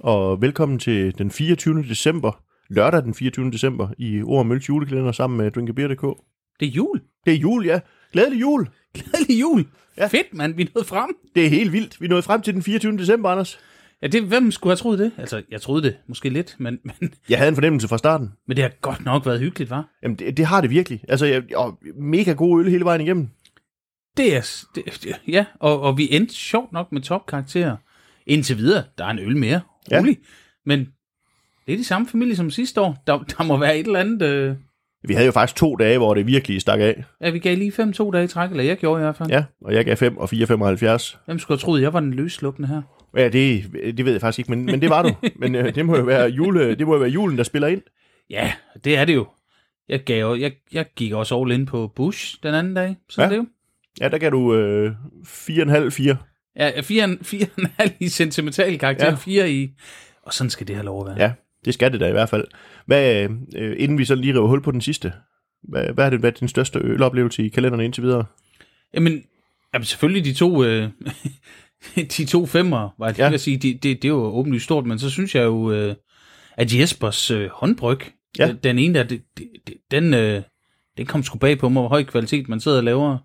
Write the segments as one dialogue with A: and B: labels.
A: og velkommen til den 24. december, lørdag den 24. december, i Ord og Mølles julekalender sammen med drinkabeer.dk.
B: Det er jul.
A: Det er jul, ja. Glædelig jul.
B: Glædelig jul. Ja. Fedt, mand. Vi nåede frem.
A: Det er helt vildt. Vi nåede frem til den 24. december, Anders.
B: Ja, det, hvem skulle have troet det? Altså, jeg troede det måske lidt, men, men,
A: Jeg havde en fornemmelse fra starten.
B: men det har godt nok været hyggeligt, var.
A: Jamen, det, det har det virkelig. Altså, jeg, og mega god øl hele vejen igennem.
B: Det er... s- Det, det- ja, og, og vi endte sjovt nok med topkarakterer. Indtil videre, der er en øl mere.
A: Ja.
B: Rolig. Men det er de samme familie som sidste år. Der, der må være et eller andet... Øh,
A: Vi havde jo faktisk to dage, hvor det virkelig stak af.
B: ja, vi gav lige 5-2 dage i træk, eller jeg gjorde i hvert fald.
A: Ja, og jeg gav 5 og 4,75.
B: Hvem skulle have troet, jeg var den løslukkende her?
A: Ja, det, det ved jeg faktisk ikke, men, men det var du. Men øh, det, må jo være jule, det må jo være julen, der spiller ind.
B: Ja, det er det jo. Jeg, gav, jeg, jeg gik også all in på Bush den anden dag. Sådan
A: Ja.
B: ja. det jo.
A: Ja, der gav du øh, 4,5-4.
B: Ja, 4,5 i sentimental karakter,
A: Ja.
B: ja. 4 i... Og sådan skal det have lov at være.
A: Ja, det skal det da i hvert fald. Hvad, øh, inden vi så lige river hul på den sidste, hvad, hvad har det været din største øloplevelse i kalenderen indtil videre?
B: Jamen, jamen selvfølgelig de to... Øh, de to femmer, var jeg
A: Ja.
B: ja. at sige, det, det, det er jo åbenlyst stort, men så synes jeg jo, øh, at Jespers øh, håndbryg,
A: Ja.
B: øh, den ene der, det, det, det- den, øh, den kom sgu bag på mig, hvor høj kvalitet man sidder og laver.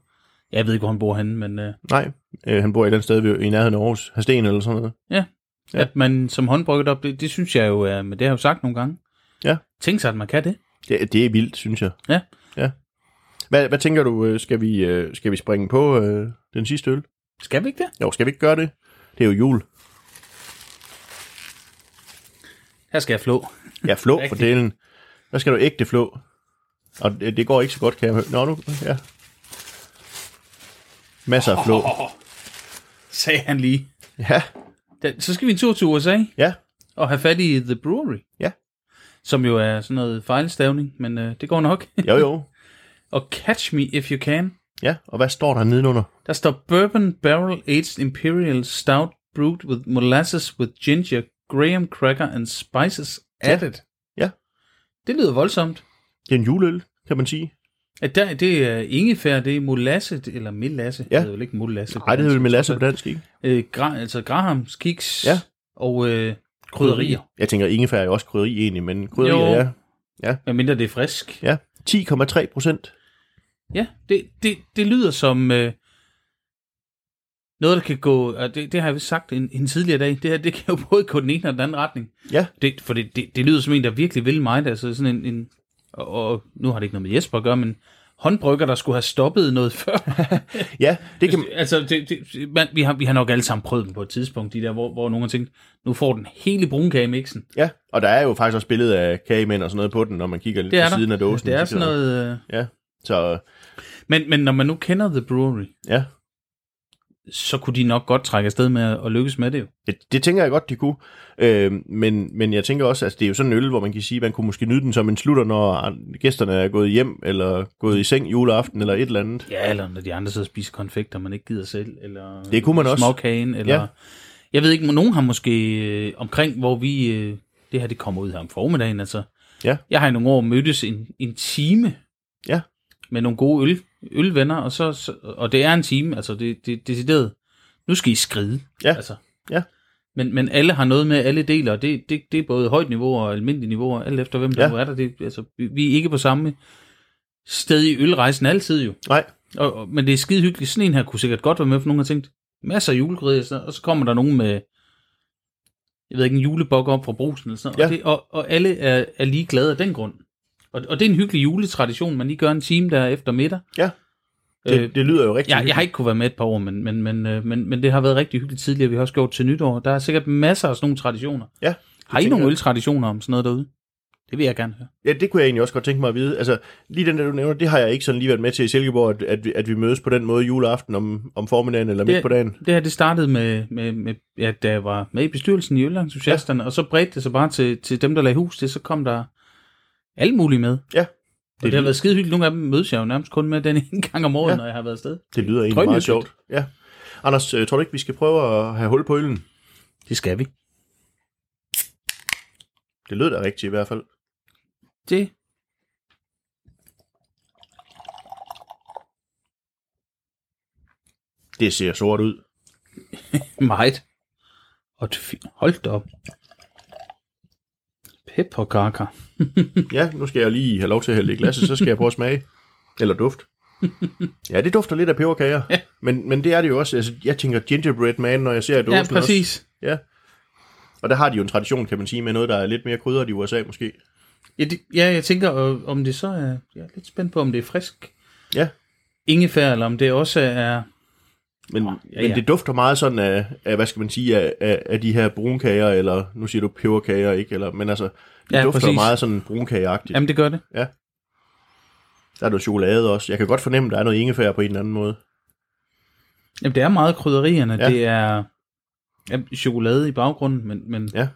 B: Jeg ved ikke, hvor han bor henne, men øh,
A: Nej, øh, han bor et eller andet sted ved, i nærheden af Aarhus, Hasten eller sådan noget. Ja.
B: ja. at man som håndbrygget op, det, det synes jeg jo er, men det har jeg jo sagt nogle gange.
A: Ja.
B: Tænk sig, at man kan det.
A: Det, det er vildt, synes jeg.
B: Ja.
A: ja. Hvad, hvad tænker du, øh, skal vi, øh, skal vi springe på øh, den sidste øl?
B: Skal vi ikke det?
A: Jo, skal vi ikke gøre det? Det er jo jul.
B: Her skal jeg flå.
A: Ja, flå for
B: Rigtigt.
A: delen. Der skal du ægte flå. Og øh, det, det går ikke så godt, kan jeg høre. Nå, nu, ja. Masser af flå.
B: Sagde han lige.
A: Ja,
B: Da, så skal vi en tur til USA
A: ja.
B: og have fat i The Brewery.
A: Ja.
B: Som jo er sådan noget fejlstavning, men øh, det går nok.
A: Jo, jo.
B: og Catch Me If You Can.
A: Ja, og hvad står der nedenunder?
B: Der står Bourbon Barrel Aged Imperial Stout Brewed with Molasses with Ginger, Graham Cracker and Spices Added.
A: Ja.
B: Det lyder voldsomt.
A: Det er en juleøl, kan man sige.
B: At der, det er ingefær, det er molasse, eller melasse.
A: Ja.
B: Det hedder vel ikke molasse. på
A: Nej, det
B: dansk,
A: hedder med Lasse på
B: trods alt.
A: dansk, ikke?
B: Øh, gra, altså grahams, kiks
A: Ja.
B: og øh, krydderier.
A: Jeg tænker, ingefær er jo også krydderi egentlig, men krydderier,
B: Jo.
A: ja.
B: Hvad mindre det er frisk.
A: ja. 10,3 procent.
B: Ja, det, det, det lyder som øh, noget, der kan gå... Og det, det har jeg vist sagt en, en tidligere dag. Det her det kan jo både gå den ene og den anden retning.
A: Ja.
B: Det, for det, det, det lyder som en, der virkelig vil mig. Altså sådan en... en og, og nu har det ikke noget med Jesper at gøre, men håndbrygger, der skulle have stoppet noget før.
A: Ja, det kan...
B: altså, det, det, man, vi, har, vi har nok alle sammen prøvet dem på et tidspunkt, de der, hvor, hvor nogen har tænkt, nu får den hele brunkagemixen.
A: Ja, og der er jo faktisk også billede af kagemænd og sådan noget på den, når man kigger lidt
B: Det er
A: på
B: der.
A: siden af dåsen.
B: Det er
A: De
B: sådan
A: sidder-
B: noget... Øh,
A: Ja, så
B: men, men når man nu kender The Brewery,
A: ja,
B: så kunne de nok godt trække afsted med at, at lykkes med det jo.
A: det, det tænker jeg godt, de kunne. Øh, men, men jeg tænker også, at altså, det er jo sådan en øl, hvor man kan sige, at man kunne måske nyde den som en slutter, når gæsterne er gået hjem, eller gået i seng juleaften, eller et eller andet.
B: Ja, eller når de andre sidder og spiser konfekter, man ikke gider selv, eller
A: Det kunne man også.
B: småkagen, eller...
A: Ja.
B: Ja. Jeg ved ikke, nogen har måske øh, omkring, hvor vi... Øh, det her, det kommer ud her om formiddagen, altså.
A: Ja.
B: Jeg har i nogle år mødtes en, en time
A: Ja.
B: med nogle gode øl, ølvenner, og, så, så, og det er en time, altså det, det er decideret. Nu skal I skride.
A: Ja.
B: Altså.
A: Ja.
B: Men, men alle har noget med, alle deler, og det, det, det er både højt niveau og almindeligt niveau, og alt efter hvem der
A: Ja.
B: nu er der. Det, altså, vi, vi er ikke på samme sted i ølrejsen altid jo.
A: Nej,
B: Og, og, men det er skide hyggeligt. Sådan en her kunne sikkert godt være med, for nogen har tænkt, masser af julegrydderier, og sådan noget, og så kommer der nogen med, jeg ved ikke, en julebok op fra brusen, eller sådan noget,
A: Ja.
B: og, det, og, og alle er, er lige glade af den grund. Og, og det er en hyggelig juletradition, man lige gør en time der efter middag.
A: Ja. det,
B: Det,
A: øh,
B: øh,
A: det lyder jo rigtig
B: jeg, jeg har
A: hyggeligt.
B: ikke kunne være med et par år, men, men, men, øh, men, men det har været rigtig hyggeligt tidligere. Vi har også gjort til nytår. Der er sikkert masser af sådan nogle traditioner.
A: Ja,
B: Har I
A: tænker
B: nogle
A: jeg.
B: øltraditioner om sådan noget derude? Det vil jeg gerne høre.
A: Ja, det kunne jeg egentlig også godt tænke mig at vide. Altså, lige den der, du nævner, det har jeg ikke sådan lige været med til i Silkeborg, at, at, vi, at vi mødes på den måde juleaften om, om formiddagen eller midt
B: Det-
A: på dagen.
B: Det her, det startede med, med, med ja, da jeg var med i bestyrelsen i Ølentusiasterne, ja. og så bredte det sig bare til, til dem, der lagde hus til, så kom der alt muligt med.
A: Ja.
B: Det, det har været skide hyggeligt. Nogle af dem mødes jeg jo nærmest kun med den ene gang om året,
A: Ja.
B: ja. når jeg har været afsted.
A: Det lyder egentlig meget
B: Drømhyggeligt.
A: sjovt. Ja. Anders, øh, tror du ikke, vi skal prøve at have hul på øllen?
B: Det skal vi.
A: Det lød da rigtigt i hvert fald.
B: Det.
A: Det ser sort ud.
B: Meget. Og det fi- hold da op. Pepperkaka.
A: Ja, nu skal jeg lige have lov til at hælde det i glasset, så skal jeg prøve at smage. Eller duft. Ja, det dufter lidt af peberkager.
B: Ja.
A: Men, men det er det jo også. Altså, jeg tænker gingerbread man, når jeg ser dåsen
B: Ja,
A: Også.
B: præcis.
A: Ja. Og der har de jo en tradition, kan man sige, med noget, der er lidt mere krydret i USA måske.
B: Ja, det, ja, jeg tænker, øh, om det så er... Jeg er lidt spændt på, om det er frisk
A: Ja,
B: ingefær, eller om det også er...
A: men, ja,
B: ja,
A: ja. men
B: ja.
A: det dufter meget sådan af, af hvad skal man sige, af, af, af de her brunkager, eller nu siger du peberkager, ikke? Eller, men altså, det
B: Ja,
A: ja, dufter
B: præcis.
A: præcis. meget sådan brunkageagtigt.
B: Jamen, det gør det.
A: Der er noget chokolade også. Jeg kan godt fornemme, der er noget ingefær på en eller anden måde.
B: Jamen, det er meget krydderierne. Ja.
A: Ja.
B: Det er ja, chokolade i baggrunden, men, men
A: Ja.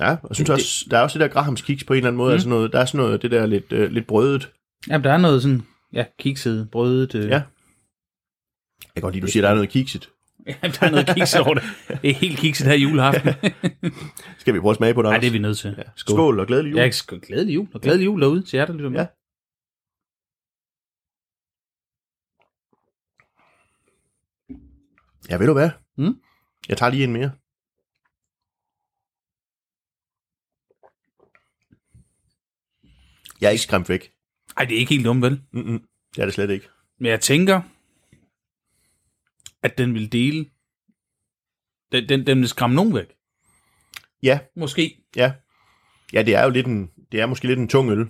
A: Ja, og jeg synes
B: Det-
A: også, der er også det der Grahams kiks på en eller anden måde. Mm. Altså noget, der er sådan noget, det der lidt, øh, lidt brødet.
B: jamen, der er noget sådan... Ja, kikset, brødet... Øh,
A: Ja. Jeg kan godt lide, du siger, der er noget kikset.
B: ja, der er noget kikset over det. Det er helt kikset her juleaften.
A: Skal vi prøve at smage på det
B: Nej,
A: også?
B: det er vi nødt til.
A: ja. Skål. Skål og glædelig jul.
B: Ja, sk- glædelig jul. Og glædelig jul derude til jer, der lytter med.
A: Ja. Ja, ved du hvad?
B: Mm.
A: Jeg tager lige en mere. Jeg er ikke skræmt væk.
B: Ej, det er ikke helt dumt, vel?
A: Mm-mm. Det er det slet ikke.
B: Men jeg tænker, at den vil dele. Den, den, den vil skræmme nogen væk.
A: Ja,
B: Måske.
A: ja. Ja, det er jo lidt en, det er måske lidt en tung øl.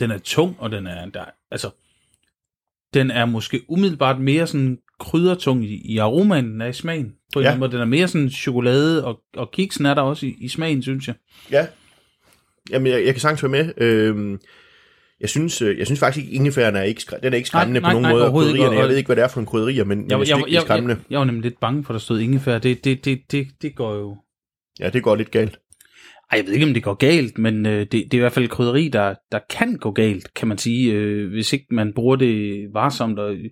B: Den er tung, og den er... Der, altså, den er måske umiddelbart mere sådan kryddertung i, i aromaen, end den er i smagen. På en
A: Ja.
B: ja. måde. Den er mere sådan chokolade, og, og kiksen er der også i, i smagen, synes jeg.
A: Ja. Jamen, jeg, jeg kan sagtens være med. Øhm, jeg synes, øh, jeg synes faktisk ikke, ingefæren er ikke, skræ- den er ikke skræmmende
B: nej,
A: på nogen
B: nej,
A: måde. og
B: overhovedet ikke,
A: krydderierne-
B: og-
A: Jeg ved ikke, hvad det er for en krydderier, men, men jeg, jeg, synes ikke, det er
B: jeg,
A: skræmmende.
B: jeg, jeg var nemlig lidt bange for, at der stod ingefær. Det, det, det, det, det går jo...
A: Ja, det går lidt galt.
B: Ej, jeg ved ikke, om det går galt, men øh, det, det er i hvert fald krydderi, der, der kan gå galt, kan man sige, øh, hvis ikke man bruger det varsomt. Og, øh,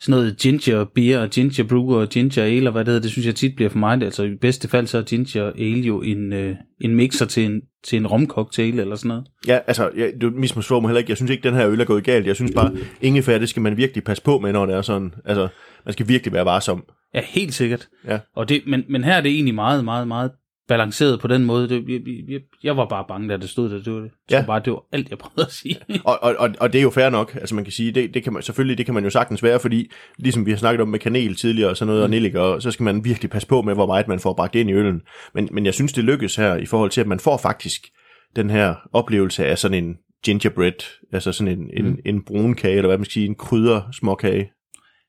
B: sådan noget ginger beer og ginger brew og ginger ale og hvad det hedder, det synes jeg tit bliver for meget. Altså i bedste fald så er ginger ale jo en, øh, en mixer til en, til en romcocktail eller sådan noget.
A: Ja, altså, jeg, du misforstår mig heller ikke. Jeg synes ikke, den her øl er gået galt. Jeg synes bare, ingefær, det skal man virkelig passe på med, når det er sådan. Altså, man skal virkelig være varsom.
B: Ja, helt sikkert.
A: Ja.
B: Og det, men, men her er det egentlig meget, meget, meget balanceret på den måde. Det, jeg, jeg, jeg, var bare bange, da det stod der. Det var, det. Jeg
A: Ja.
B: tror bare, det var alt, jeg prøvede at sige.
A: Og, og, og, og det er jo fair nok. Altså, man kan sige, det, det kan man, selvfølgelig, det kan man jo sagtens være, fordi ligesom vi har snakket om med kanel tidligere og sådan noget, og nelliker, og så skal man virkelig passe på med, hvor meget man får bragt ind i øllen. Men, men jeg synes, det lykkes her i forhold til, at man får faktisk den her oplevelse af sådan en gingerbread, altså sådan en, en, mm. en brun kage, eller hvad man skal sige, en krydder småkage.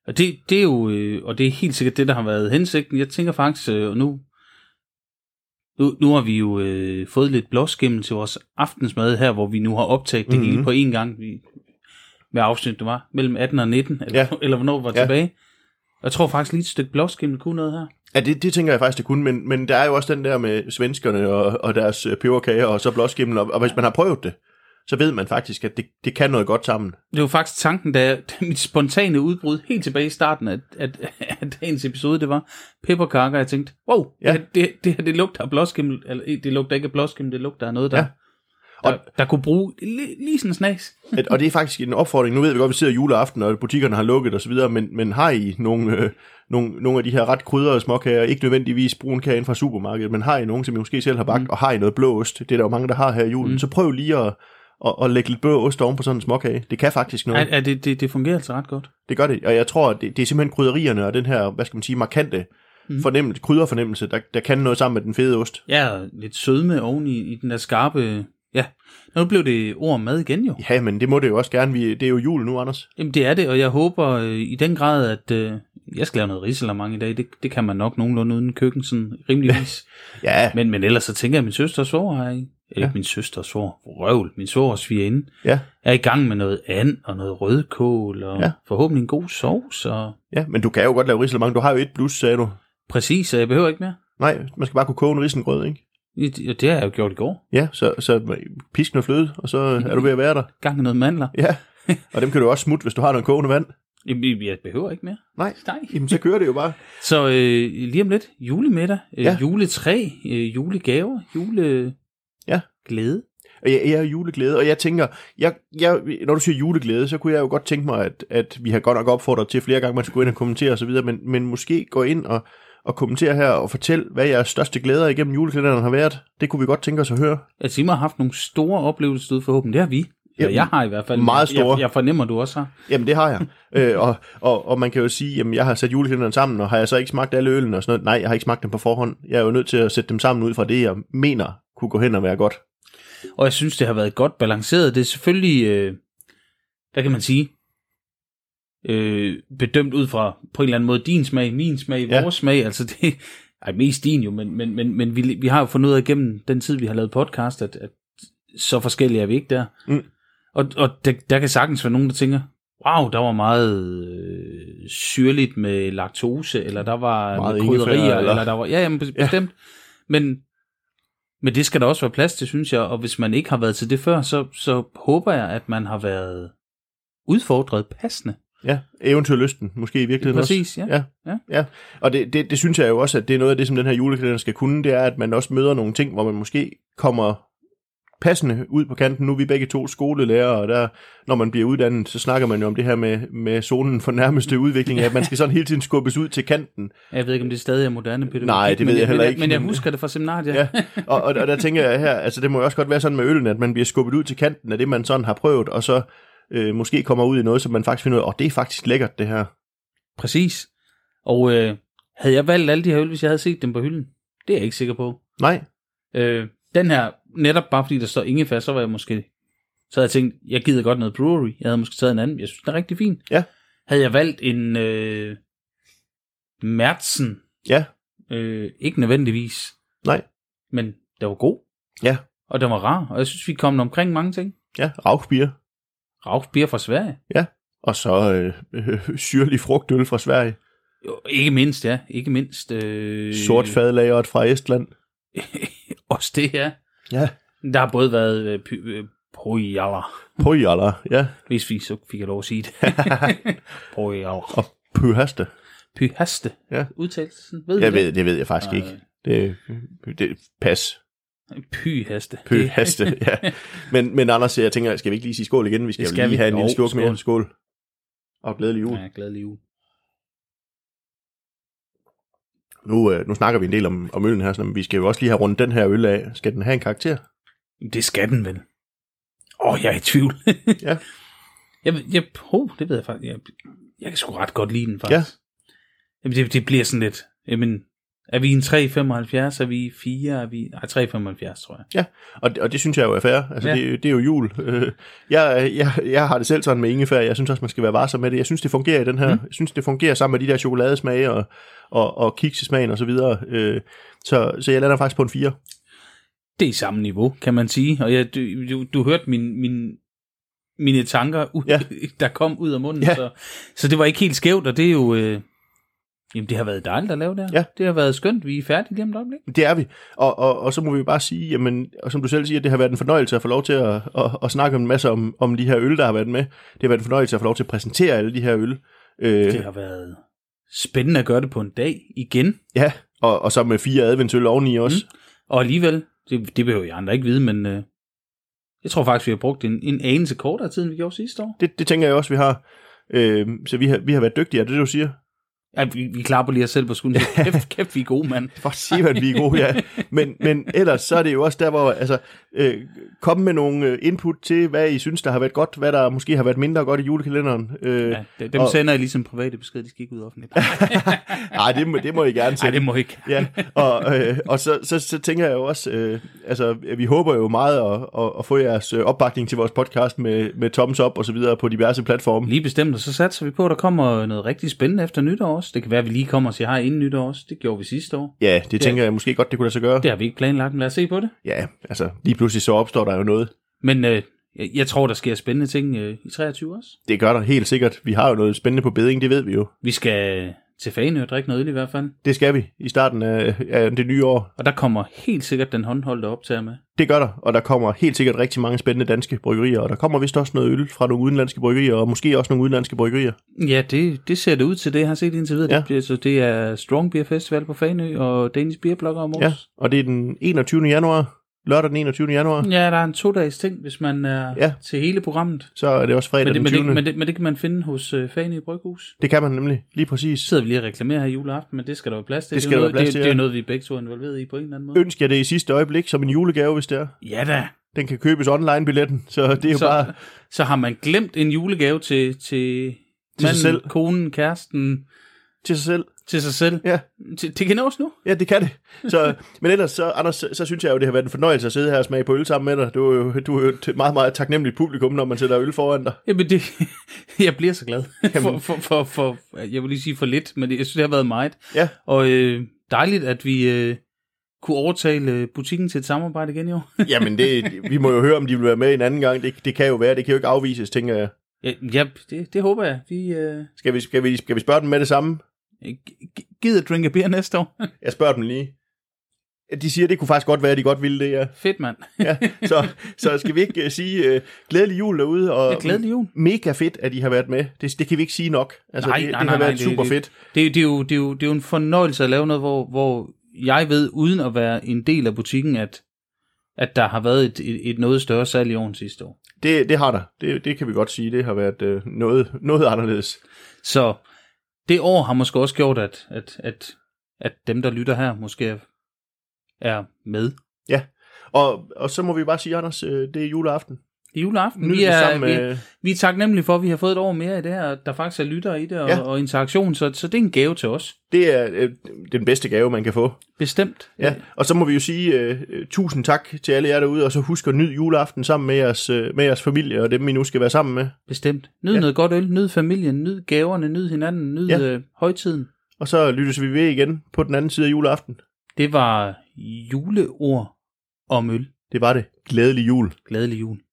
B: Og det, det er jo, øh, og det er helt sikkert det, der har været hensigten. Jeg tænker faktisk, øh, og nu, nu, nu har vi jo øh, fået lidt blåskimmel til vores aftensmad her, hvor vi nu har optaget det
A: Mhm.
B: hele på én gang. Vi, hvad afsnit det var? Mellem 18 og 19, eller,
A: Ja.
B: eller hvornår vi var
A: Ja.
B: tilbage. Jeg tror faktisk lige et stykke blåskimmel kunne noget her.
A: Ja, det, det tænker jeg faktisk, det kunne, men, men der er jo også den der med svenskerne og, og deres øh, peberkager og så blåskimmel, og, og hvis man har prøvet det, så ved man faktisk, at det, det kan noget godt sammen.
B: Det var faktisk tanken, da, jeg- da mit spontane udbrud helt tilbage i starten af, af, af dagens episode, det var pepperkakker. Jeg tænkte, wow, ja.
A: Ja.
B: det, her- det, det her det lugter af blåskimmel. Eller, eh, det lugter ikke af blåskimmel, det lugter af noget, der, ja.
A: Ja.
B: og,
A: Og-
B: der, der kunne bruge lige, lige sådan en snas.
A: At, og det er faktisk en opfordring. Nu ved vi godt, at vi sidder juleaften, og butikkerne har lukket osv., men, men har I nogle, øh, nogle, nogle af de her ret krydrede småkager, ikke nødvendigvis brunkagen fra supermarkedet, men har I nogen, som I måske selv har bagt, mm. og har I noget blå ost, det er der jo mange, der har her i julen, mm. så prøv lige at, at, at lægge lidt blå ost oven på sådan en småkage. Det kan faktisk noget.
B: Ja, ja det, det, det fungerer altså ret godt.
A: Det gør det, og jeg tror, at det, det er simpelthen krydderierne og den her, hvad skal man sige, markante mm. fornemmelse, krydderfornemmelse, der, der kan noget sammen med den fede ost.
B: Ja, og lidt sødme oven i, i den der skarpe... Ja, nu blev det ord om mad igen jo. Ja.
A: Ja, men det må det jo også gerne. Vi, det er jo jul nu, Anders.
B: Jamen det er det, og jeg håber øh, i den grad, at... Øh, jeg skal lave noget risalamang i dag, det, det kan man nok nogenlunde uden køkken, sådan rimeligvis.
A: Ja, men,
B: Men, men ellers så tænker jeg, at min søster og svoger er i,
A: Ja.
B: eller ja. min søster og svoger, røvl, min svoger og svigerinde,
A: ja,
B: er i gang med noget and og noget rødkål og ja.
A: Ja.
B: forhåbentlig en god sovs. Og...
A: ja, men du kan jo godt lave risalemang. Du har jo et blus, sagde du.
B: Præcis, så jeg behøver ikke mere.
A: Nej, man skal bare kunne koge en risengrød, ikke?
B: Ja, Det har jeg jo gjort i går.
A: Ja, så, så pisk noget fløde, og så er du ved at være der.
B: Gang i noget mandler.
A: Ja, og dem kan du også smutte, hvis du har noget kogende vand.
B: Jamen, Jeg behøver ikke mere.
A: Nej,
B: Nej.
A: jamen så kører det jo bare.
B: Så øh, lige om lidt, julemiddag, øh, ja.
A: Ja.
B: juletræ, øh, julegaver, jule...
A: Ja.
B: Glæde.
A: Og jeg, jeg er juleglæde, og jeg tænker, jeg, jeg, når du siger juleglæde, så kunne jeg jo godt tænke mig, at, at vi har godt nok opfordret til flere gange, man skulle gå ind og kommentere osv., men, men måske gå ind og, og kommentere her og fortæl, hvad jeres største glæder igennem julekalenderen har været. Det kunne vi godt tænke os at høre.
B: Altså, I må have haft nogle store oplevelser ude forhåbentlig. Det har vi. Eller
A: Jamen,
B: jeg har i hvert fald.
A: meget store.
B: Jeg, jeg fornemmer, du også har.
A: Jamen, det har jeg. øh, og, og, og man kan jo sige, jamen, jeg har sat julekalenderen sammen, og har jeg så ikke smagt alle ølene og sådan noget? Nej, jeg har ikke smagt dem på forhånd. Jeg er jo nødt til at sætte dem sammen ud fra det, jeg mener kunne gå hen og være godt.
B: Og jeg synes, det har været godt balanceret. Det er selvfølgelig, øh, hvad kan man sige, øh, bedømt ud fra på en eller anden måde din smag, min smag,
A: Ja.
B: ja. vores smag. Altså det, ej, mest din jo, men, men, men, men vi, vi har jo fundet ud af gennem den tid, vi har lavet podcast, at, at så forskellige er vi ikke der.
A: Mm.
B: Og, og der, der kan sagtens være nogen, der tænker, wow, der var meget øh, syrligt med laktose, eller der var
A: Meget
B: med
A: ingefær,
B: krydderier,
A: eller-
B: eller... eller der var, ja, jamen, bestemt. Ja. Men men det skal der også være plads til, synes jeg. Og hvis man ikke har været til det før, så, så håber jeg, at man har været udfordret passende.
A: Ja, eventyrlysten, måske i virkeligheden
B: Præcis,
A: også.
B: ja.
A: ja.
B: Ja.
A: ja. Og det, det, det synes jeg jo også, at det er noget af det, som den her julekalender skal kunne, det er, at man også møder nogle ting, hvor man måske kommer passende ud på kanten. Nu er vi begge to skolelærere, og der, når man bliver uddannet, så snakker man jo om det her med, med zonen for nærmeste udvikling, at man skal sådan hele tiden skubbes ud til kanten.
B: Jeg ved ikke, om det stadig er moderne pædagogik.
A: Nej, det ved
B: men
A: jeg heller
B: men
A: ikke,
B: Men jeg
A: men-
B: husker det fra seminariet. Ja.
A: Ja. Og, og, og der tænker jeg her, altså det må jo også godt være sådan med øllen, at man bliver skubbet ud til kanten af det, man sådan har prøvet, og så øh, måske kommer ud i noget, som man faktisk finder ud af, åh, det er faktisk lækkert, det her.
B: Præcis. Og øh, havde jeg valgt alle de her øl, hvis jeg havde set dem på hylden? Det er jeg ikke sikker på.
A: Nej,
B: Øh, den her, netop bare fordi der står ingefær, så var jeg måske... Så havde jeg tænkt, jeg gider godt noget brewery. Jeg havde måske taget en anden. Jeg synes, den er rigtig fin.
A: Ja.
B: Havde jeg valgt en øh, Mærtsen,
A: ja,
B: Øh, ikke nødvendigvis.
A: Nej.
B: Men det var god.
A: Ja.
B: Og den var rar, og jeg synes, vi kom omkring mange ting.
A: ja, rauchbier.
B: Rauchbier fra Sverige.
A: Og så øh, øh, syrlig frugtøl fra Sverige,
B: Jo, ikke mindst, ja. Ikke mindst. Øh,
A: øh. sort fadlageret fra Estland.
B: Også det her.
A: Ja.
B: Der har både været øh, py, øh, pojaller,
A: Pojala, ja.
B: hvis vi så fik jeg lov at sige det. pojaller.
A: Og pyhaste.
B: Pyhaste.
A: Ja.
B: Udtalelsen. Ved
A: Jeg
B: du det?
A: ved, det ved jeg faktisk
B: Nej.
A: ikke. Det, det, pas.
B: Pyhaste.
A: Pyhaste, ja. Men, men Anders, jeg tænker, skal vi ikke lige sige skål igen? Vi skal,
B: Det
A: skal
B: skal
A: jo lige
B: vi.
A: have en lille
B: Jo,
A: slurk mere.
B: skål.
A: Skål. Og glædelig jul.
B: Ja, glædelig jul.
A: Nu, øh, nu snakker vi en del om, om øllen her, sådan, men vi skal jo også lige have rundt den her øl af. Skal den have en karakter?
B: Det skal den vel. Åh, oh, jeg er i tvivl.
A: Ja.
B: Jeg, ved- jeg, oh, det ved jeg faktisk. Jeg, jeg kan sgu ret godt lide den, faktisk. Ja. Jamen, det, det bliver sådan lidt... Jamen, er vi en 3,75? Er vi i 4? Er vi... Nej, 3,75, tror jeg.
A: Og, det- og det synes jeg jo er fair. Altså, ja.
B: Ja.
A: det, det er jo jul. Øh, Jeg, jeg, jeg har det selv sådan med ingefær. Jeg synes også, man skal være varsom med det. Jeg synes, det fungerer i den her. Mm. Jeg synes, det fungerer sammen med de der chokoladesmage og, og, og kiksesmagen og så videre. Øh, Så, så jeg lander faktisk på en 4.
B: Det er i samme niveau, kan man sige. Og jeg, du, du, du hørte min, min, mine tanker, ud,
A: Ja.
B: ja. der kom ud af munden.
A: Ja.
B: Ja. Så, så det var ikke helt skævt, og det er jo... Øh, jamen, det har været dejligt at lave det her.
A: Ja.
B: Det har været skønt. Vi er færdige lige om et øjeblik.
A: Det er vi. Og, og, og så må vi jo bare sige, jamen, og som du selv siger, det har været en fornøjelse at få lov til at, at, at snakke en masse om, om de her øl, der har været med. Det har været en fornøjelse at få lov til at præsentere alle de her øl. Øh,
B: Det har været spændende at gøre det på en dag igen.
A: ja, og, og så med fire adventsøl oveni også. Mm.
B: Og alligevel, det, det behøver jeg andre ikke vide, men øh, jeg tror faktisk, vi har brugt en, en anelse kortere tid, end vi gjorde sidste år.
A: Det, det tænker jeg også, vi har. Øh, så vi har, vi har været dygtige, er det det, du siger?
B: Ja, vi, vi klapper lige os selv på skulderen. Kæft, kæft, vi er gode, mand.
A: For Simon, vi er gode, ja. Men, men ellers så er det jo også der, hvor altså, øh, kom med nogle øh, input til, hvad I synes, der har været godt, hvad der måske har været mindre godt i julekalenderen. Øh, ja.
B: Ja, de- dem
A: Og-
B: sender jeg ligesom private beskeder, de skal ikke ud offentligt.
A: Ej, det, må- det må I gerne
B: Nej,
A: sige.
B: det må ikke.
A: Ja, og, øh, og så, så, så tænker jeg jo også, øh, altså vi håber jo meget at, at, at få jeres øh, opbakning til vores podcast med, med thumbs up og så videre på diverse platforme.
B: Lige bestemt, og så satser vi på, at der kommer noget rigtig spændende efter nytår også. Det kan være, at vi lige kommer og siger hej inden nytår også. Det gjorde vi sidste år.
A: Ja, det tænker jeg måske godt, det kunne lade sig gøre.
B: Det har vi ikke planlagt, men lad os se på det.
A: Ja, altså lige pludselig så opstår der jo noget.
B: Men øh, jeg, jeg tror, der sker spændende ting øh, i 23 også.
A: Det gør der helt sikkert. Vi har jo noget spændende på beding, det ved vi jo.
B: Vi skal til Faneø og drikke noget øl i hvert fald.
A: Det skal vi i starten af, af det nye år.
B: Og der kommer helt sikkert den håndholdte optager med.
A: Det gør der, og der kommer helt sikkert rigtig mange spændende danske bryggerier, og der kommer vist også noget øl fra nogle udenlandske bryggerier, og måske også nogle udenlandske bryggerier.
B: Ja, det, det ser det ud til det, jeg har set indtil videre.
A: Ja.
B: Ja. Det, bliver- så det er Strong Beer Festival på Fanø og Danish Beer Blogger om
A: Ja,
B: års.
A: og det er den 21. januar. lørdag den 21. januar.
B: Ja, der er en to-dages ting, hvis man er
A: Ja.
B: ja. til hele programmet.
A: Så er det også fredag
B: Men det,
A: den
B: men,
A: 20.
B: det, men, det, men det kan man finde hos øh, Fane i Bryghus.
A: det kan man nemlig, lige præcis.
B: Så sidder vi lige og reklamerer her juleaften, men det skal der være plads til.
A: Det
B: er
A: skal der
B: noget,
A: være plads
B: det,
A: til,
B: det
A: ja.
B: er noget, vi begge to er involveret i på en eller anden måde.
A: Ønsker jeg det i sidste øjeblik som en julegave, hvis det er.
B: Ja da.
A: Den kan købes online-billetten, så det er jo
B: Så,
A: så, bare...
B: så har man glemt en julegave til, til,
A: sig selv.
B: konen, kæresten,
A: til sig selv.
B: til sig selv.
A: Ja.
B: Til, det kan nås nu.
A: Ja, det kan det. Så, men ellers, så, Anders, så, så synes jeg jo, det har været en fornøjelse at sidde her og smage på øl sammen med dig. Du er jo, du er jo et meget, meget taknemmeligt publikum, når man sætter øl foran dig.
B: Jamen det, jeg bliver så glad. For, for, for, for, jeg vil lige sige for lidt, men det- jeg synes, det har været meget.
A: Ja.
B: Og øh, dejligt, at vi øh, kunne overtale øh, butikken til et samarbejde igen i år.
A: Jamen, det, vi må jo høre, om de vil være med en anden gang. Det, det kan jo være, det kan jo ikke afvises, tænker jeg.
B: ja, ja det, det håber jeg. Vi øh,
A: Skal vi, skal vi, skal vi spørge dem med det samme?
B: g- g- gider drinke beer næste år.
A: Jeg spørger dem lige. De siger, det kunne faktisk godt være, at de godt ville det, ja.
B: Fedt, mand.
A: ja. Så, så skal vi ikke øh, sige øh, glædelig jul derude. Og,
B: Jeg glædelig jul.
A: Mega fedt, at I har været med. Det, det kan vi ikke sige nok. Altså,
B: Nej,
A: det, det
B: nej,
A: har
B: nej, nej,
A: været
B: det-
A: super fedt.
B: Det, er- det, er jo, det, er jo, det er jo en fornøjelse at lave noget, hvor, hvor jeg ved, uden at være en del af butikken, at, at der har været et, et, et noget større salg i år end sidste år.
A: Det, det har der. Det, det kan vi godt sige. Det har været øh, noget, noget anderledes.
B: Så det år har måske også gjort, at, at, at, at dem, der lytter her, måske er- er med.
A: Og, og så må vi bare sige, Anders, øh, det er juleaften.
B: Det er juleaften.
A: Nyd
B: vi,
A: det
B: er,
A: sammen øh,
B: vi,
A: med...
B: vi er taknemmelige for, at vi har fået et år mere i det her, at der faktisk er lyttere i det og,
A: Ja.
B: ja. og interaktion, så, så det er en gave til os.
A: Det er øh, den bedste gave, man kan få.
B: Bestemt.
A: Ja. Og så må vi jo sige øh, øh, tusind tak til alle jer derude, og så husk at nyde juleaften sammen med jeres, øh, med jeres familie og dem, I nu skal være sammen med.
B: Bestemt. Nyd
A: Ja.
B: noget godt øl, nyd familien, nyd gaverne, nyd hinanden, nyd
A: Ja.
B: ja. øh, højtiden.
A: Og så lyttes vi ved igen på den anden side af juleaften.
B: Det var juleord om øl.
A: Det var det. Glædelig jul.
B: Glædelig jul.